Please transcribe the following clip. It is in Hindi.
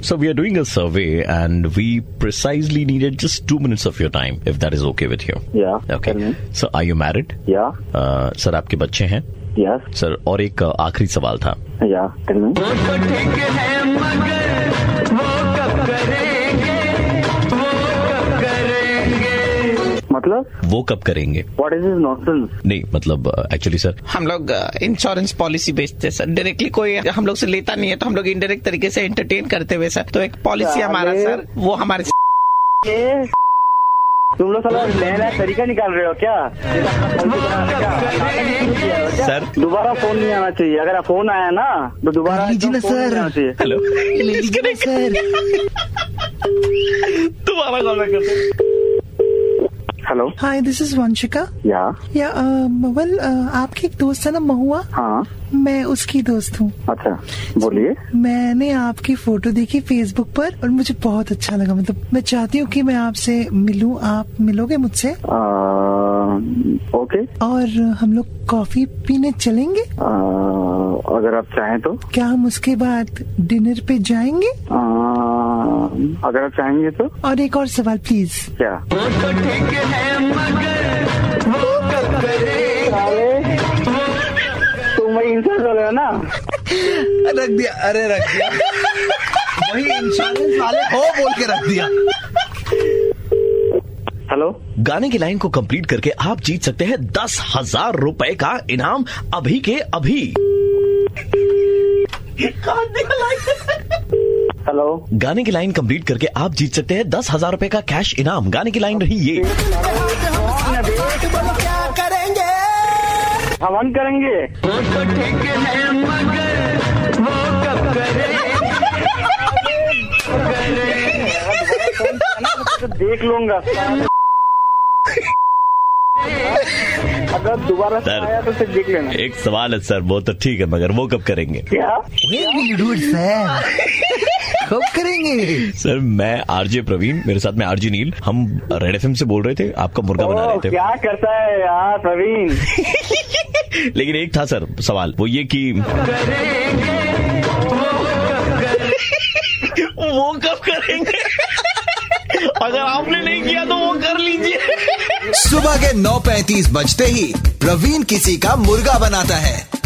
So we are doing a survey and we precisely needed just two minutes of your time, if that is okay with you. Yeah. Tell Okay. me. So are you married? Yeah. Uh, sir आपके बच्चे हैं Yes. सर और एक uh, आखिरी सवाल था Yeah. Tell me. वो तो ठीक है मगर वो कब करेंगे वो कब करेंगे मतलब वो कब करेंगे what is this nonsense? नहीं मतलब एक्चुअली सर हम लोग इंश्योरेंस पॉलिसी बेचते हैं सर डायरेक्टली कोई हम लोग से लेता नहीं है तो हम लोग इनडायरेक्ट तरीके से एंटरटेन करते हुए सर तो एक पॉलिसी हमारा अरे। सर वो हमारे ये तुम लोग साला नया नया तरीका निकाल रहे हो क्या सर। दोबारा फोन नहीं आना चाहिए अगर आप फोन आया ना तो दोबारा कर हाँ, लीजिए ना, एकदम phone नहीं सर। आना चाहिए। हेलो सर दोबारा कॉल बैक करते hello hi this is Vanshika yeah yeah well आपकी एक दोस्त है ना महुआ हाँ मैं उसकी दोस्त हूँ अच्छा बोलिए मैंने आपकी फोटो देखी फेसबुक पर और मुझे बहुत अच्छा लगा मतलब मैं चाहती हूँ कि मैं आपसे मिलूं आप मिलोगे मुझसे आ, ओके और हम लोग कॉफी पीने चलेंगे आ, अगर आप चाहें तो क्या हम उसके बाद डिनर पे जाएंगे आ, अगर आप चाहेंगे तो और एक और सवाल प्लीज क्या वो तो ठीक है मगर वो कब करेंगे अरे तुम वही इंसान बोल रहे हो ना रख दिया अरे रख दिया वही इंश्योरेंस वाले हो बोल के रख दिया हेलो गाने की लाइन को कंप्लीट करके आप जीत सकते हैं दस हजार रूपए का इनाम अभी के अभी हेलो गाने की लाइन कंप्लीट करके आप जीत सकते हैं दस हजार रूपए का कैश इनाम गाने की लाइन रही ये हम on करेंगे वो तो ठीक है मगर वो कब करेंगे तो देख लूंगा अगर दोबारा से सर। आया तो फिर देख लेना एक सवाल है सर वो तो ठीक है मगर वो कब करेंगे क्या सर कब करेंगे सर मैं आरजे प्रवीण मेरे साथ में आरजे नील हम रेड एफ से बोल रहे थे आपका मुर्गा बना ओ, रहे थे तो क्या करता है यार प्रवीण लेकिन एक था सर सवाल वो ये कि करेंगे वो कब करेंगे अगर अच्छा, आपने नहीं किया तो वो कर लीजिए सुबह के 9:35 बजते ही प्रवीण किसी का मुर्गा बनाता है